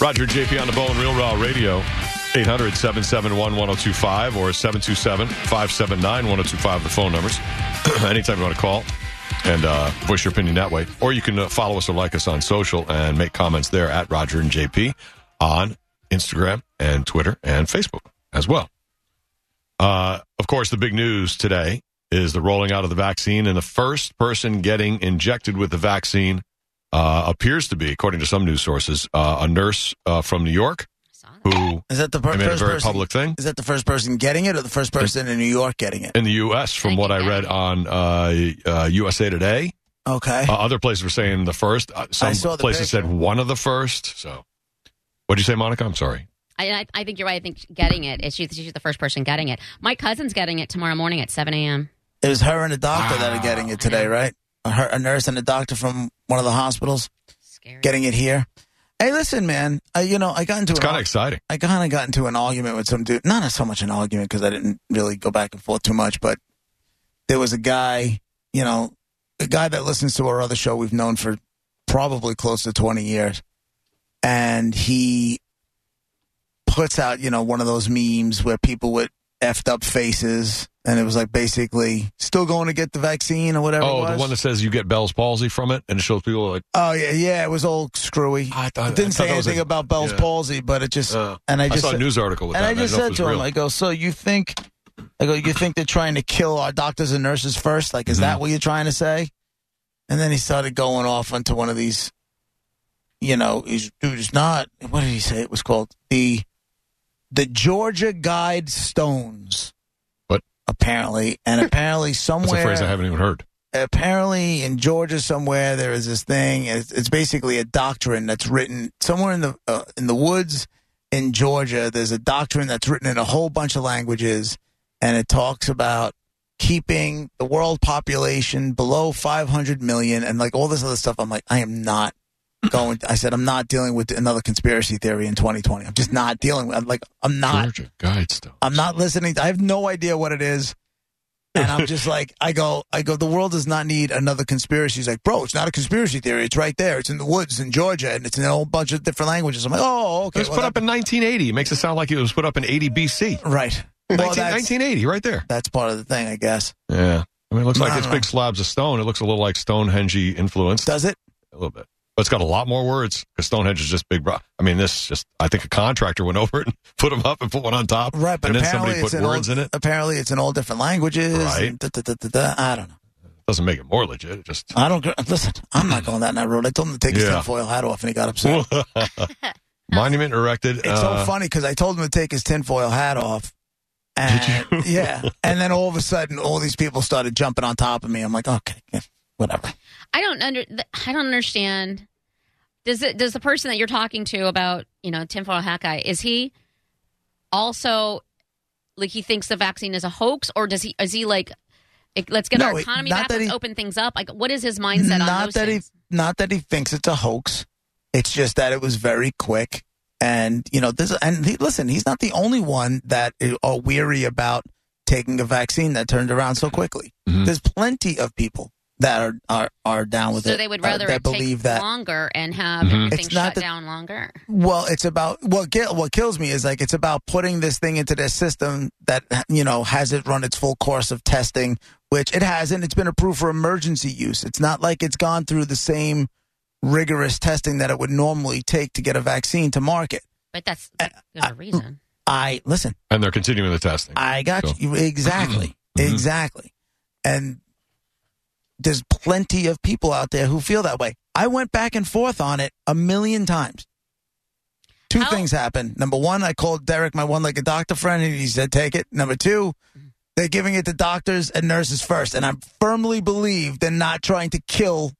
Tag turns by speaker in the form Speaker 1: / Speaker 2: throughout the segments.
Speaker 1: Roger and JP on the Bowl and Real Raw Radio. 800 771 1025 or 727 579 1025, the phone numbers. Anytime you want to call and uh, voice your opinion that way. Or you can uh, follow us or like us on social and make comments there at Roger and JP on Instagram and Twitter and Facebook as well. Uh, of course, the big news today is the rolling out of the vaccine, and the first person getting injected with the vaccine uh, appears to be, according to some news sources, uh, a nurse uh, from New York who
Speaker 2: Is that the per-
Speaker 1: I made a
Speaker 2: first
Speaker 1: very
Speaker 2: person?
Speaker 1: public thing
Speaker 2: Is that the first person getting it, or the first person in New York getting it?
Speaker 1: in the U.S. From what I read on uh, uh, USA Today,
Speaker 2: Okay.
Speaker 1: uh, other places were saying the first. Uh, some
Speaker 2: saw the
Speaker 1: places said
Speaker 2: picture.
Speaker 1: one of the first. So, what'd you say, Monica? I'm sorry.
Speaker 3: I, I, I think you're right. I think getting it is she's, she's the first person getting it. My cousin's getting it tomorrow morning at 7 a.m.
Speaker 2: It was her and a doctor that are getting
Speaker 1: Ah,
Speaker 2: it today,
Speaker 3: know.
Speaker 2: right? A, her, a nurse and a doctor from one of the hospitals
Speaker 3: Scary.
Speaker 2: getting it here. Hey, listen, man. I, you know, I got into
Speaker 1: It's
Speaker 2: an
Speaker 1: kind of
Speaker 2: ar-
Speaker 1: exciting.
Speaker 2: I kind of got into an argument with some dude. Not so much an argument because I didn't really go back and forth too much, but there was a guy, you know, a guy that listens to our other show we've known for probably close to 20 years. And he puts out, you know, one of those memes where people with effed up faces. And it was like basically still going to get the vaccine or whatever. it
Speaker 1: Oh,
Speaker 2: was.
Speaker 1: the one that says you get Bell's palsy from it, and it shows people like
Speaker 2: Oh yeah, yeah, it was all screwy.
Speaker 1: I thought-
Speaker 2: It didn't
Speaker 1: I
Speaker 2: say
Speaker 1: thought that was
Speaker 2: anything
Speaker 1: a-
Speaker 2: about Bell's
Speaker 1: yeah.
Speaker 2: palsy, but it just
Speaker 1: Uh,
Speaker 2: and I
Speaker 1: I,
Speaker 2: just
Speaker 1: saw a news article with
Speaker 2: and
Speaker 1: that.
Speaker 2: I just
Speaker 1: didn't know if
Speaker 2: said
Speaker 1: it
Speaker 2: to
Speaker 1: was
Speaker 2: him,
Speaker 1: real.
Speaker 2: I go, so you think, I go, you think they're trying to kill our doctors and nurses first? Like, is
Speaker 1: Mm-hmm.
Speaker 2: that what you're trying to say? And then he started going off onto one of these, you know, he's, dude, it's not, what did he say it was called? The, the Georgia Guide Stones.
Speaker 1: What?
Speaker 2: Apparently, and apparently
Speaker 1: That's a
Speaker 2: somewhere
Speaker 1: phrase I haven't even heard.
Speaker 2: apparently in Georgia somewhere there is this thing. It's, it's basically a doctrine that's written somewhere in the uh, in the woods in Georgia. There's a doctrine that's written in a whole bunch of languages, and it talks about keeping the world population below 500 million and like all this other stuff. I'm like, I am not going. I said, I'm not dealing with another conspiracy theory in 2020. I'm just not dealing with. I'm like, I'm not.
Speaker 1: Georgia Guidestones.
Speaker 2: I'm not listening. I have no idea what it is. And I'm just like, I go, I go, the world does not need another conspiracy. He's like, bro, it's not a conspiracy theory. It's right there. It's in the woods in Georgia and it's in a whole bunch of different languages. I'm like, oh,
Speaker 1: It
Speaker 2: okay.
Speaker 1: was
Speaker 2: well,
Speaker 1: put up in 1980. It makes it sound like it was put up in 80 BC.
Speaker 2: that- right. Well,
Speaker 1: 19-
Speaker 2: that's,
Speaker 1: 1980, right there.
Speaker 2: that's part of the thing, I guess.
Speaker 1: Yeah. I mean, it looks
Speaker 2: No,
Speaker 1: like
Speaker 2: no,
Speaker 1: it's
Speaker 2: no.
Speaker 1: big slabs of stone. It looks a little like Stonehenge influenced
Speaker 2: Does it?
Speaker 1: a little bit. But it's got a lot more words because Stonehenge is just big. Bro- I mean, this just, I think a contractor went over it and put them up and put one on top.
Speaker 2: Right. But
Speaker 1: and then
Speaker 2: apparently,
Speaker 1: somebody
Speaker 2: it's
Speaker 1: put
Speaker 2: in
Speaker 1: words
Speaker 2: all,
Speaker 1: in it.
Speaker 2: apparently it's in all different languages.
Speaker 1: Right.
Speaker 2: and da- da- da- da- da. I don't know.
Speaker 1: Doesn't make it more legit. It just.
Speaker 2: I don't, gr- listen, I'm not going down that road. I told him to take his
Speaker 1: Yeah.
Speaker 2: tinfoil hat off and he got upset.
Speaker 1: Monument erected.
Speaker 2: Uh, It's
Speaker 1: uh,
Speaker 2: so funny because I told him to take his tinfoil hat off. And,
Speaker 1: Did you?
Speaker 2: yeah. And then all of a sudden, all these people started jumping on top of me. I'm like, okay, yeah, whatever.
Speaker 3: I don't under th- I don't understand. Does it does the person that you're talking to about you know tinfoil hat guy is he also like he thinks the vaccine is a hoax or does he is he like like, let's get
Speaker 2: No,
Speaker 3: our
Speaker 2: it-
Speaker 3: economy
Speaker 2: not
Speaker 3: back
Speaker 2: that
Speaker 3: let's
Speaker 2: he-
Speaker 3: open things up like what is his mindset on
Speaker 2: Not
Speaker 3: those
Speaker 2: that
Speaker 3: things?
Speaker 2: he, not that he thinks it's a hoax. It's just that it was very quick. And you know, this. And he, listen, he's not the only one that is are weary about taking a vaccine that turned around so quickly.
Speaker 1: Mhm.
Speaker 2: There's plenty of people that are are, are down with
Speaker 3: so
Speaker 2: it.
Speaker 3: they would
Speaker 2: uh,
Speaker 3: rather
Speaker 2: that
Speaker 3: it
Speaker 2: believe
Speaker 3: take
Speaker 2: that
Speaker 3: longer and have
Speaker 1: Mhm.
Speaker 3: everything
Speaker 2: It's not
Speaker 3: shut
Speaker 2: that-
Speaker 3: down longer.
Speaker 2: Well, it's about what kill, what kills me is like it's about putting this thing into their system that you know hasn't run its full course of testing, which it hasn't. It's been approved for emergency use. It's not like it's gone through the same rigorous testing that it would normally take to get a vaccine to market.
Speaker 3: But that's there's a reason.
Speaker 2: I listen.
Speaker 1: and they're continuing the testing.
Speaker 2: I got
Speaker 1: So-
Speaker 2: you exactly,
Speaker 1: Mhm.
Speaker 2: exactly, and there's plenty of people out there who feel that way. I went back and forth on it a million times. Two
Speaker 3: How-
Speaker 2: things happened. Number one, I called Derek, my one-legged doctor friend, and he said, "Take it." Number two,
Speaker 3: Mm-hmm.
Speaker 2: they're giving it to doctors and nurses first, and I firmly believe they're not trying to kill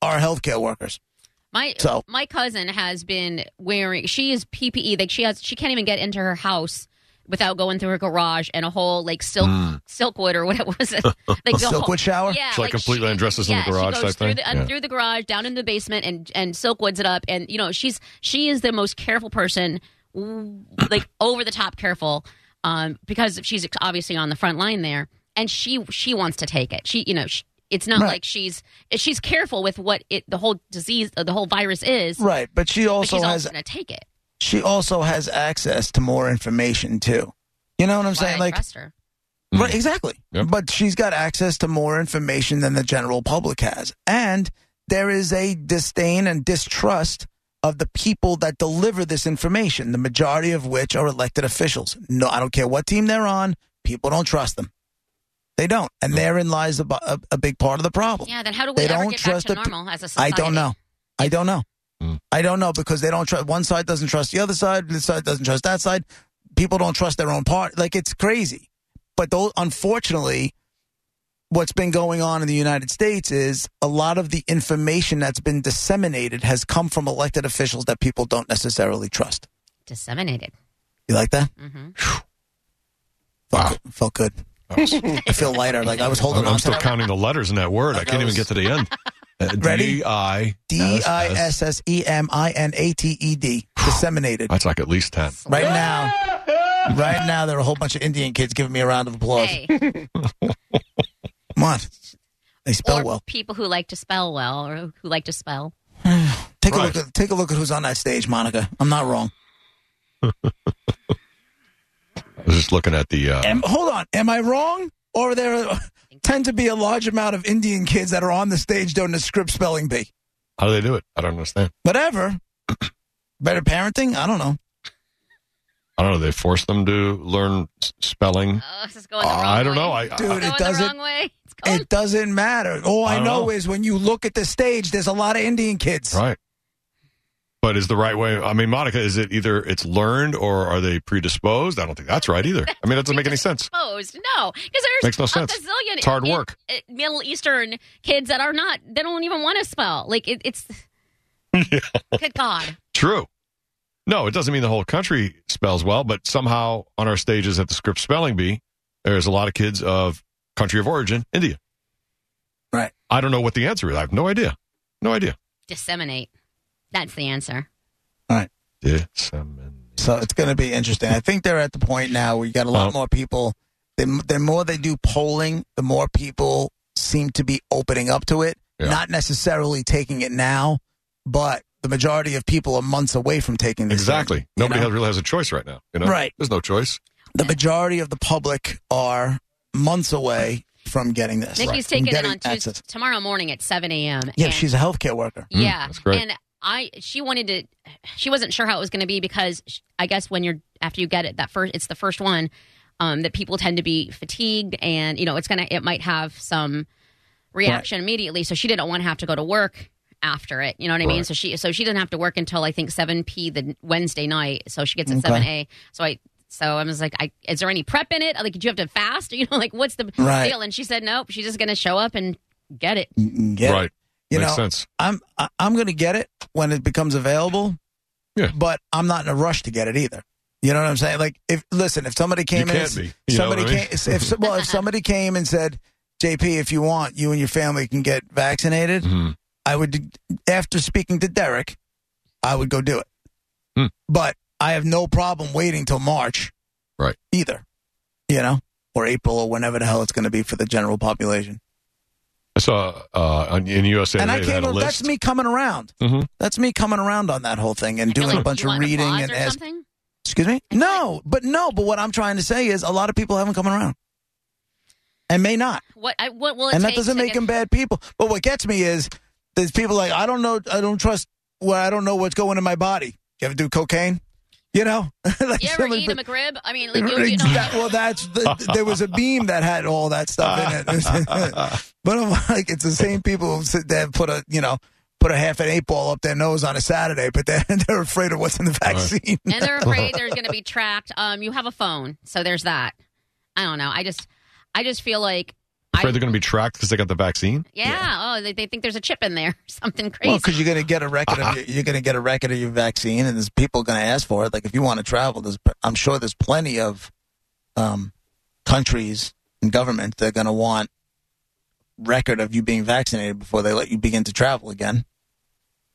Speaker 2: our healthcare workers.
Speaker 3: My
Speaker 2: So-
Speaker 3: my cousin has been wearing. She is PPE. Like she has. She can't even get into her house without going through her garage and a whole like silk silkwood or what it was. like the whole,
Speaker 2: Hmm. Silkwood shower?
Speaker 3: Yeah,
Speaker 1: It's like completely undresses in the
Speaker 3: yeah,
Speaker 1: garage
Speaker 3: she
Speaker 1: type
Speaker 3: goes through
Speaker 1: thing?
Speaker 3: The,
Speaker 1: Yeah.
Speaker 3: Through the garage, down in the basement, and and silkwoods it up. And you know, she's she is the most careful person, w- like over the top careful, um, because she's obviously on the front line there, and she she wants to take it. She you know. She, it's not
Speaker 2: Right.
Speaker 3: like she's she's careful with what it the whole disease uh, the whole virus is.
Speaker 2: Right, but she
Speaker 3: but
Speaker 2: also
Speaker 3: she's
Speaker 2: has
Speaker 3: also going to take it.
Speaker 2: she also has access to more information too. You know what I'm
Speaker 3: Why
Speaker 2: saying?
Speaker 3: I
Speaker 2: Like
Speaker 3: trust her.
Speaker 1: Mm.
Speaker 2: Right, exactly.
Speaker 1: Yep.
Speaker 2: But she's got access to more information than the general public has. And there is a disdain and distrust of the people that deliver this information, the majority of which are elected officials. No, I don't care what team they're on, people don't trust them. They don't. And therein lies a, bu- a, a big part of the problem.
Speaker 3: Yeah, then how do we
Speaker 2: They
Speaker 3: ever
Speaker 2: don't
Speaker 3: get back
Speaker 2: trust
Speaker 3: to
Speaker 2: the pe-
Speaker 3: normal as a
Speaker 2: I
Speaker 3: society?
Speaker 2: don't know. I don't know.
Speaker 1: Mm.
Speaker 2: I don't know because they don't trust one side doesn't trust the other side, this side doesn't trust that side. People don't trust their own part. Like it's crazy. But though unfortunately, what's been going on in the United States is a lot of the information that's been disseminated has come from elected officials that people don't necessarily trust.
Speaker 3: Disseminated.
Speaker 2: You like that?
Speaker 3: hmm
Speaker 2: Felt, good. Felt good. I feel lighter. Like I was holding
Speaker 1: Mm. I'm,
Speaker 2: on
Speaker 1: I'm still
Speaker 2: to
Speaker 1: counting the letters in that word. I can't even get to the end. Uh,
Speaker 2: Ready?
Speaker 1: D-I-S-S.
Speaker 2: D I S S E M I N A T E D. Disseminated.
Speaker 1: That's like at least 10.
Speaker 2: Right now, right now, there are a whole bunch of Indian kids giving me a round of applause.
Speaker 3: Hey,
Speaker 2: Come on. They spell
Speaker 3: or
Speaker 2: well.
Speaker 3: people who like to spell well or who like to spell.
Speaker 2: Take
Speaker 1: Right.
Speaker 2: a look. At, take a look at who's on that stage, Monica. I'm not wrong.
Speaker 1: I was just looking at the. Uh,
Speaker 2: Am, hold on. Am I wrong? Or there tend to be a large amount of Indian kids that are on the stage doing the script spelling bee.
Speaker 1: how do they do it? I don't understand.
Speaker 2: Whatever. Better parenting? I don't know.
Speaker 1: I don't know. They force them to learn s- spelling.
Speaker 3: Oh, this is going the wrong
Speaker 1: Uh, I don't know.
Speaker 3: way.
Speaker 1: I, I-
Speaker 2: Dude,
Speaker 1: I-
Speaker 2: it
Speaker 3: It's going
Speaker 2: doesn't-
Speaker 3: the wrong way. It's going
Speaker 2: It doesn't matter. All
Speaker 1: I
Speaker 2: I,
Speaker 1: don't
Speaker 2: know,
Speaker 1: know.
Speaker 2: is when you look at the stage, there's a lot of Indian kids.
Speaker 1: Right. But is the right way? I mean, Monica, is it either it's learned or are they predisposed? I don't think that's right either. I mean, that doesn't make any sense.
Speaker 3: exposed. No, because there's
Speaker 1: Makes no sense.
Speaker 3: a bazillion
Speaker 1: It's hard
Speaker 3: in-
Speaker 1: work.
Speaker 3: in- Middle Eastern kids that are not. They don't even want to spell. Like it, it's. Good God.
Speaker 1: True. No, it doesn't mean the whole country spells well, but somehow on our stages at the script spelling bee, there's a lot of kids of country of origin, India.
Speaker 2: Right.
Speaker 1: I don't know what the answer is. I have no idea. No idea.
Speaker 3: Disseminate. That's the answer.
Speaker 1: Disseminate.
Speaker 2: So it's going to be interesting. I think they're at the point now where you got a lot
Speaker 1: Oh.
Speaker 2: more people. The, the more they do polling, the more people seem to be opening up to it.
Speaker 1: Yeah.
Speaker 2: Not necessarily taking it now, but the majority of people are months away from taking this.
Speaker 1: Exactly.
Speaker 2: thing, you
Speaker 1: Nobody
Speaker 2: know?
Speaker 1: has, really has a choice right now. You know?
Speaker 2: Right.
Speaker 1: There's no choice.
Speaker 2: The majority of the public are months away from getting this.
Speaker 3: Nikki's
Speaker 2: From
Speaker 3: taking it
Speaker 2: getting
Speaker 3: on Tuesday,
Speaker 2: access.
Speaker 3: tomorrow morning at 7 a.m.
Speaker 2: Yeah,
Speaker 3: and-
Speaker 2: she's a healthcare worker.
Speaker 1: Mm,
Speaker 3: Yeah,
Speaker 1: that's great.
Speaker 3: And I, she wanted to, she wasn't sure how it was going to be because sh- I guess when you're after you get it that first, it's the first one um, that people tend to be fatigued and you know it's gonna it might have some reaction immediately. So she didn't want to have to go to work after it. You know what I mean?
Speaker 1: Right.
Speaker 3: So she so she doesn't have to work until I think 7 p the Wednesday night. So she gets at 7 a. So I. So I was like, I, "Is there any prep in it? Like, do you have to fast? You know, like, what's the
Speaker 2: Right.
Speaker 3: deal?" And she said, "Nope, she's just going to show up and get it."
Speaker 2: You can get it.
Speaker 1: Right.
Speaker 2: Mm, You
Speaker 1: Makes
Speaker 2: know,
Speaker 1: sense.
Speaker 2: I'm I- I'm going to get it when it becomes available.
Speaker 1: Yeah.
Speaker 2: But I'm not in a rush to get it either. You know what I'm saying? Like if listen, if somebody came in,
Speaker 1: can't
Speaker 2: and,
Speaker 1: be. You
Speaker 2: s-
Speaker 1: know
Speaker 2: somebody
Speaker 1: what I mean?
Speaker 2: came if s- well if somebody came and said, JP, if you want, you and your family can get vaccinated.
Speaker 1: Mhm.
Speaker 2: I would after speaking to Derek, I would go do it.
Speaker 1: Hmm.
Speaker 2: But I have no problem waiting till March,
Speaker 1: Right.
Speaker 2: Either, you know, or April or whenever the hell it's going to be for the general population.
Speaker 1: I saw uh, on- in USA
Speaker 2: and I
Speaker 1: Today, they had
Speaker 2: can't.
Speaker 1: a list.
Speaker 2: That's me coming around.
Speaker 1: Mhm.
Speaker 2: That's me coming around on that whole thing and
Speaker 3: I feel
Speaker 2: doing
Speaker 3: like
Speaker 2: a bunch
Speaker 3: you
Speaker 2: of
Speaker 3: want
Speaker 2: reading
Speaker 3: applause
Speaker 2: and
Speaker 3: or
Speaker 2: ask.
Speaker 3: something?
Speaker 2: Excuse me. No, but no. But what I'm trying to say is a lot of people haven't come around, and may not.
Speaker 3: What? I, what will it
Speaker 2: and that
Speaker 3: take
Speaker 2: doesn't
Speaker 3: to
Speaker 2: make
Speaker 3: get-
Speaker 2: them bad people. But what gets me is there's people like I don't know. I don't trust. Well, I don't know what's going in my body. You ever do cocaine? You know, like
Speaker 3: You ever
Speaker 2: somebody-
Speaker 3: eat a McRib? I mean, like, you, you know,
Speaker 2: That- well, that's the, there was a beam that had all that stuff in it. but I'm like, it's the same people who sit there and put a you know put a half an eight ball up their nose on a Saturday, but they're they're afraid of what's in the vaccine.
Speaker 3: and they're afraid they're going to be tracked. Um, you have a phone, so there's that. I don't know. I just, I just feel like
Speaker 1: Afraid they're going to be tracked because they got the vaccine?
Speaker 3: Yeah. Oh, they, they think there's a chip in there. Something crazy.
Speaker 2: Well, because you're going to get a record of your, you're going to get a record of your vaccine, and there's people going to ask for it. Like if you want to travel, there's I'm sure there's plenty of um, countries and governments that are going to want record of you being vaccinated before they let you begin to travel again.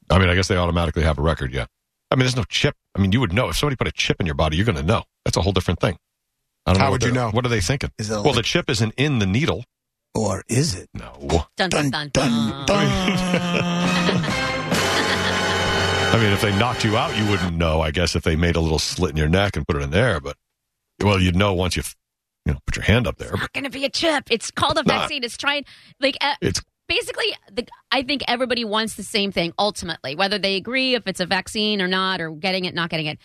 Speaker 1: I mean, I guess they automatically have a record, yeah. I mean, there's no chip. I mean, you would know. If somebody put a chip in your body, you're going to know. That's a whole different thing. I don't
Speaker 4: How
Speaker 1: what
Speaker 4: would you
Speaker 1: they're-
Speaker 4: know?
Speaker 1: What are they thinking?
Speaker 2: Is it a
Speaker 1: Well, the
Speaker 2: link-
Speaker 1: chip isn't in the needle.
Speaker 2: or is it?
Speaker 1: No.
Speaker 3: dun, dun, dun, dun.
Speaker 1: I mean, if they knocked you out, you wouldn't know. I guess if they made a little slit in your neck and put it in there, but well, you'd know once you, you know, put your hand up there.
Speaker 3: Not going to be a chip. It's called a
Speaker 1: It's not.
Speaker 3: vaccine. It's trying like uh,
Speaker 1: It's
Speaker 3: basically. The, I think everybody wants the same thing ultimately, whether they agree if it's a vaccine or not, or getting it, not getting it.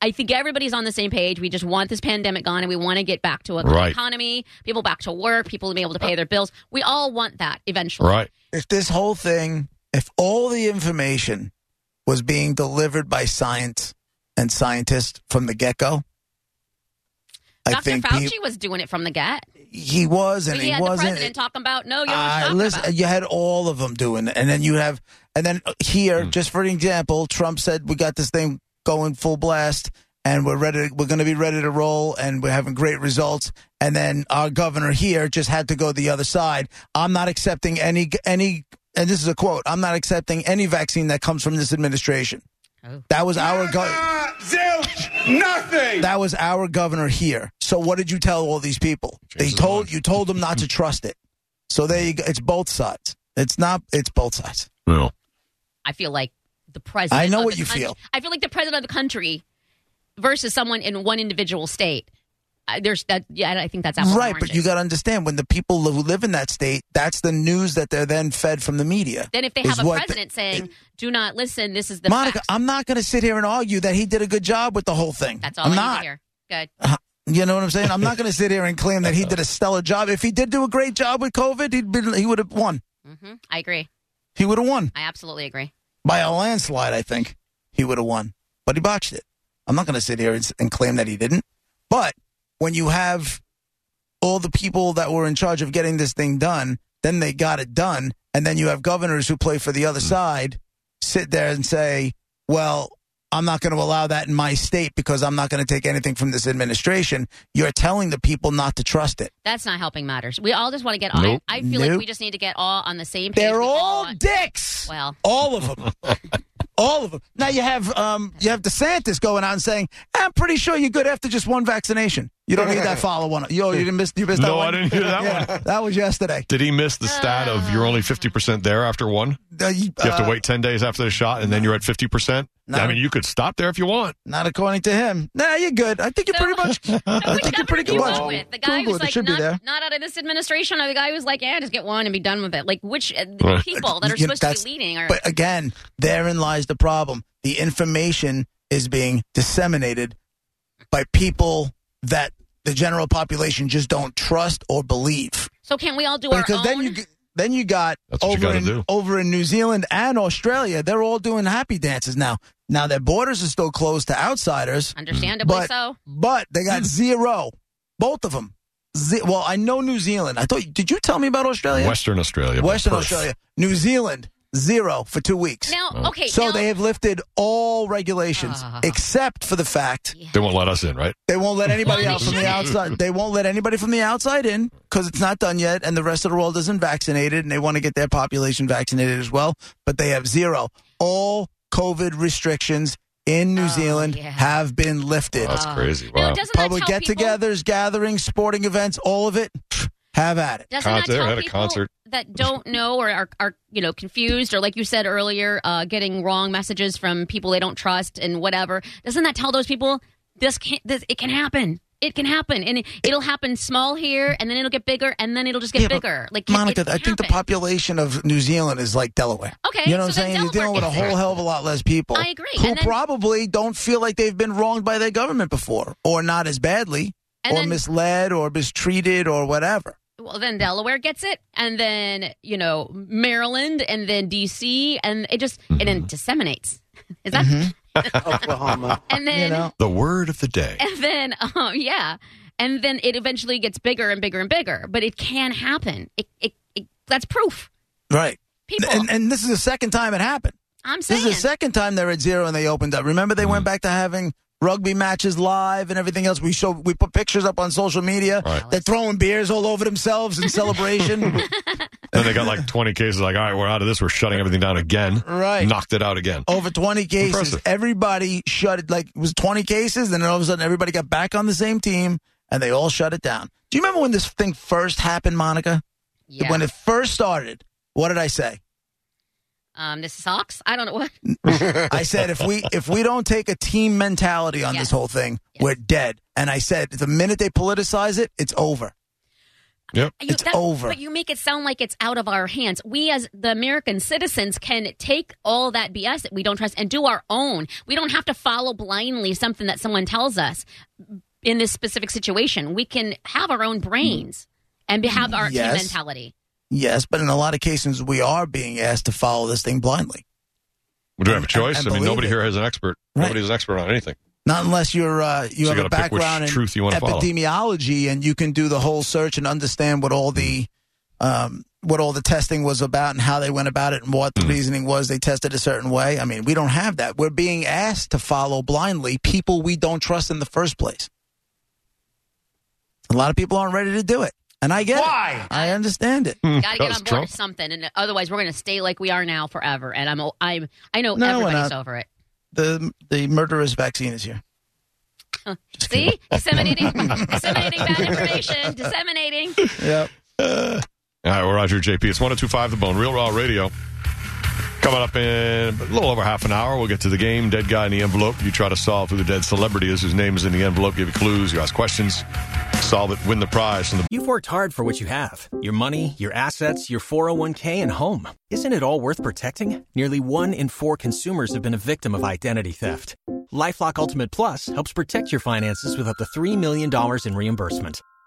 Speaker 3: I think everybody's on the same page. We just want this pandemic gone, and we want to get back to a good
Speaker 1: Right.
Speaker 3: economy, people back to work, people to be able to pay their bills. We all want that eventually.
Speaker 1: right.
Speaker 2: if this whole thing, if all the information was being delivered by science and scientists from the get go, I
Speaker 3: Dr.
Speaker 2: think
Speaker 3: Fauci
Speaker 2: he,
Speaker 3: was doing it from the get.
Speaker 2: he was and
Speaker 3: But he had the
Speaker 2: wasn't.
Speaker 3: president talking about no, you know what
Speaker 2: I-
Speaker 3: you're talking
Speaker 2: listen,
Speaker 3: about.
Speaker 2: you had all of them doing it, and then you have, and then here, just for an example, Trump said we got this thing going full blast, and we're ready. We're going to be ready to roll, and we're having great results. And then our governor here just had to go the other side. I'm not accepting any any, and this is a quote. I'm not accepting any vaccine that comes from this administration.
Speaker 3: Oh.
Speaker 2: That was our go-
Speaker 4: Zilch! Nothing!
Speaker 2: that was our governor here. So what did you tell all these people?
Speaker 1: Changes
Speaker 2: they told
Speaker 1: mine.
Speaker 2: you told them not to trust it. So there you go. It's both sides. It's not. It's both sides.
Speaker 1: No.
Speaker 3: I feel like the president.
Speaker 2: I know
Speaker 3: of
Speaker 2: what
Speaker 3: the
Speaker 2: you
Speaker 3: country-
Speaker 2: feel.
Speaker 3: I feel like the president of the country versus someone in one individual state. I, there's that. Yeah, I think that's apples and
Speaker 2: right, but you
Speaker 3: oranges.
Speaker 2: got to understand when the people who live in that state, that's the news that they're then fed from the media.
Speaker 3: Then if they
Speaker 2: is
Speaker 3: have a
Speaker 2: what the-
Speaker 3: president saying, "Do not listen," this is the
Speaker 2: Monica,
Speaker 3: facts,"
Speaker 2: I'm not going to sit here and argue that he did a good job with the whole thing.
Speaker 3: That's all
Speaker 2: I'm
Speaker 3: I need
Speaker 2: not.
Speaker 3: to hear. Good.
Speaker 2: You know what I'm saying? I'm not going to sit here and claim that he did a stellar job. If he did do a great job with COVID, he'd been, he would have won.
Speaker 3: hmm I agree.
Speaker 2: He would have won
Speaker 3: I absolutely agree.
Speaker 2: by a landslide. I think he would have won, but he botched it. I'm not going to sit here and, s- and claim that he didn't. But when you have all the people that were in charge of getting this thing done, then they got it done, and then you have governors who play for the other side sit there and say, "Well, I'm not going to allow that in my state because I'm not going to take anything from this administration." You're telling the people not to trust it.
Speaker 3: That's not helping matters. We all just want to get.
Speaker 1: Nope.
Speaker 3: I, I feel like
Speaker 2: Nope.
Speaker 3: we just need to get all on the same page.
Speaker 2: They're
Speaker 3: We
Speaker 2: all
Speaker 3: want-
Speaker 2: dicks.
Speaker 3: well.
Speaker 2: All of them. All of them. Now you have um, you have DeSantis going out and saying, "I'm pretty sure you're good after just one vaccination. You don't need that follow one. Yo, you didn't miss you missed that
Speaker 1: No,
Speaker 2: one.
Speaker 1: I didn't hear that
Speaker 2: Yeah,
Speaker 1: one.
Speaker 2: That was yesterday.
Speaker 1: Did he miss the stat of you're only 50% there after one?
Speaker 2: Uh, you,
Speaker 1: You have
Speaker 2: uh,
Speaker 1: to wait 10 days after the shot and then you're at 50%?
Speaker 2: No.
Speaker 1: I mean, you could stop there if you want.
Speaker 2: Not according to him. Nah, you're good. I think you're
Speaker 3: So-
Speaker 2: pretty much. I
Speaker 3: Which
Speaker 2: think you're
Speaker 3: number
Speaker 2: pretty
Speaker 3: do
Speaker 2: good.
Speaker 3: you
Speaker 2: Watch.
Speaker 3: go with? The guy
Speaker 2: Google it.
Speaker 3: who's
Speaker 2: It
Speaker 3: like,
Speaker 2: should be there.
Speaker 3: not, not out of this administration, or the guy who's like, yeah, just get one and be done with it. Like, which uh, the
Speaker 1: Right.
Speaker 3: people that are
Speaker 2: You know,
Speaker 3: supposed to
Speaker 2: that's-
Speaker 3: be leading are.
Speaker 2: But again, therein lies the problem. The information is being disseminated by people that the general population just don't trust or believe.
Speaker 3: so can't we all do our
Speaker 2: because
Speaker 3: own?
Speaker 2: then you g- then you got
Speaker 1: That's what you
Speaker 2: over
Speaker 1: gotta
Speaker 2: in,
Speaker 1: do.
Speaker 2: over in New Zealand and Australia, they're all doing happy dances now. Now their borders are still closed to outsiders,
Speaker 3: Understandably
Speaker 2: but
Speaker 3: so.
Speaker 2: but they got zero, both of them. Ze- well, I know New Zealand. I thought did you tell me about Australia?
Speaker 1: Western Australia. but
Speaker 2: Oh, Western
Speaker 1: Perth.
Speaker 2: Australia, New Zealand, zero for two weeks.
Speaker 1: Oh,
Speaker 3: Now, okay.
Speaker 2: so
Speaker 3: now,
Speaker 2: they have lifted all regulations
Speaker 3: Ah.
Speaker 2: except for the fact
Speaker 1: They won't let us in, right?
Speaker 2: they won't let anybody
Speaker 3: Well,
Speaker 2: out
Speaker 3: they
Speaker 2: from the
Speaker 3: shouldn't.
Speaker 2: outside. They won't let anybody from the outside in because it's not done yet, and the rest of the world isn't vaccinated, and they want to get their population vaccinated as well. But they have zero. All COVID restrictions in New
Speaker 3: Oh,
Speaker 2: Zealand
Speaker 3: yeah.
Speaker 2: have been lifted.
Speaker 1: Wow, that's
Speaker 3: Ah.
Speaker 1: crazy.
Speaker 3: now,
Speaker 1: Wow.
Speaker 3: doesn't
Speaker 2: Public
Speaker 3: that tell people-
Speaker 2: get-togethers, gatherings, sporting events, all of it. pff, Have at it.
Speaker 3: Doesn't
Speaker 1: Concert,
Speaker 3: that tell
Speaker 1: had a
Speaker 3: people
Speaker 1: concert.
Speaker 3: that don't know or are, are you know confused or like you said earlier, uh, getting wrong messages from people they don't trust and whatever? Doesn't that tell those people this can this it can happen? It can happen, and it, it'll happen small here, and then it'll get bigger, and then it'll just get
Speaker 2: Yeah, but
Speaker 3: bigger. Like it-
Speaker 2: Monica,
Speaker 3: it
Speaker 2: I
Speaker 3: can
Speaker 2: think the
Speaker 3: happen.
Speaker 2: population of New Zealand is like Delaware.
Speaker 3: Okay,
Speaker 2: You know what
Speaker 3: so
Speaker 2: I'm
Speaker 3: then
Speaker 2: saying? You're dealing
Speaker 3: Delaware
Speaker 2: with a
Speaker 3: gets
Speaker 2: whole hell of a lot less people.
Speaker 3: I agree,
Speaker 2: Who
Speaker 3: and then-
Speaker 2: probably don't feel like they've been wronged by their government before or not as badly
Speaker 3: And
Speaker 2: or
Speaker 3: then-
Speaker 2: misled or mistreated or whatever.
Speaker 3: well then delaware gets it and then you know maryland and then dc and it just and
Speaker 2: Mm-hmm.
Speaker 3: then disseminates is that
Speaker 4: Oklahoma.
Speaker 3: and then
Speaker 2: You know?
Speaker 1: The word of the day.
Speaker 3: and then um yeah and then it eventually gets bigger and bigger and bigger. But it can happen. It, it, it that's proof.
Speaker 2: Right.
Speaker 3: People,
Speaker 2: And, and this is the second time it happened.
Speaker 3: I'm
Speaker 2: This
Speaker 3: saying
Speaker 2: is the second time they're at zero and they opened up. Remember, they went back to having rugby matches live and everything else. We show we put pictures up on social media.
Speaker 1: Right.
Speaker 2: They're throwing beers all over themselves in celebration.
Speaker 1: Then they got like 20 cases. Like, all right, we're out of this. We're shutting everything down again.
Speaker 2: Right. Oh.
Speaker 1: Knocked it out again.
Speaker 2: over 20 cases.
Speaker 1: Impressive.
Speaker 2: Everybody shut it. Like, it was 20 cases. Then all of a sudden, everybody got back on the same team and they all shut it down. Do you remember when this thing first happened, Monica?
Speaker 3: yeah.
Speaker 2: When it first started, what did I say?
Speaker 3: um, this sucks. I don't know what.
Speaker 2: I said if we if we don't take a team mentality on this
Speaker 3: Yes.
Speaker 2: whole thing,
Speaker 3: Yes.
Speaker 2: we're dead. And I said the minute they politicize it, it's over.
Speaker 1: Yep.
Speaker 3: You,
Speaker 2: It's over.
Speaker 3: But you make it sound like it's out of our hands. We, as the American citizens, can take all that BS that we don't trust and do our own. We don't have to follow blindly something that someone tells us in this specific situation. We can have our own brains and be- have our team
Speaker 2: Yes.
Speaker 3: mentality.
Speaker 2: Yes, but in a lot of cases we are being asked to follow this thing blindly.
Speaker 1: We do have a choice.
Speaker 2: and
Speaker 1: I mean,
Speaker 2: believe
Speaker 1: nobody
Speaker 2: it.
Speaker 1: here is an expert.
Speaker 2: Right.
Speaker 1: Nobody's an expert on anything.
Speaker 2: Not unless you're uh, you
Speaker 1: So you
Speaker 2: have a
Speaker 1: gotta pick which
Speaker 2: background in
Speaker 1: truth you wanna follow.
Speaker 2: epidemiology and you can do the whole search and understand what all the um, what all the testing was about and how they went about it and what
Speaker 1: Mm.
Speaker 2: the reasoning was they tested a certain way. I mean, we don't have that. We're being asked to follow blindly people we don't trust in the first place. A lot of people aren't ready to do it, and I get it.
Speaker 4: Why?
Speaker 2: I understand it.
Speaker 3: Got to
Speaker 1: Hmm, That
Speaker 3: get on
Speaker 1: was
Speaker 3: board
Speaker 1: Trump.
Speaker 3: with something, and otherwise we're going to stay like we are now forever. And I'm, I'm, I know
Speaker 2: No, we're
Speaker 3: everybody's
Speaker 2: not.
Speaker 3: over it.
Speaker 2: the The murderous vaccine is here.
Speaker 3: See, disseminating, disseminating bad information, disseminating.
Speaker 2: Yep.
Speaker 1: All right, we're Roger JP. It's 1025 The Bone, Real Raw Radio. Coming up in a little over half an hour, we'll get to the game. Dead guy in the envelope. You try to solve who the dead celebrity is, whose name is in the envelope. Give you clues, you ask questions, solve it, win the prize from the
Speaker 5: You've worked hard for what you have your money, your assets, your 401k, and home. Isn't it all worth protecting? Nearly one in four consumers have been a victim of identity theft. Lifelock Ultimate Plus helps protect your finances with up to $3 million in reimbursement.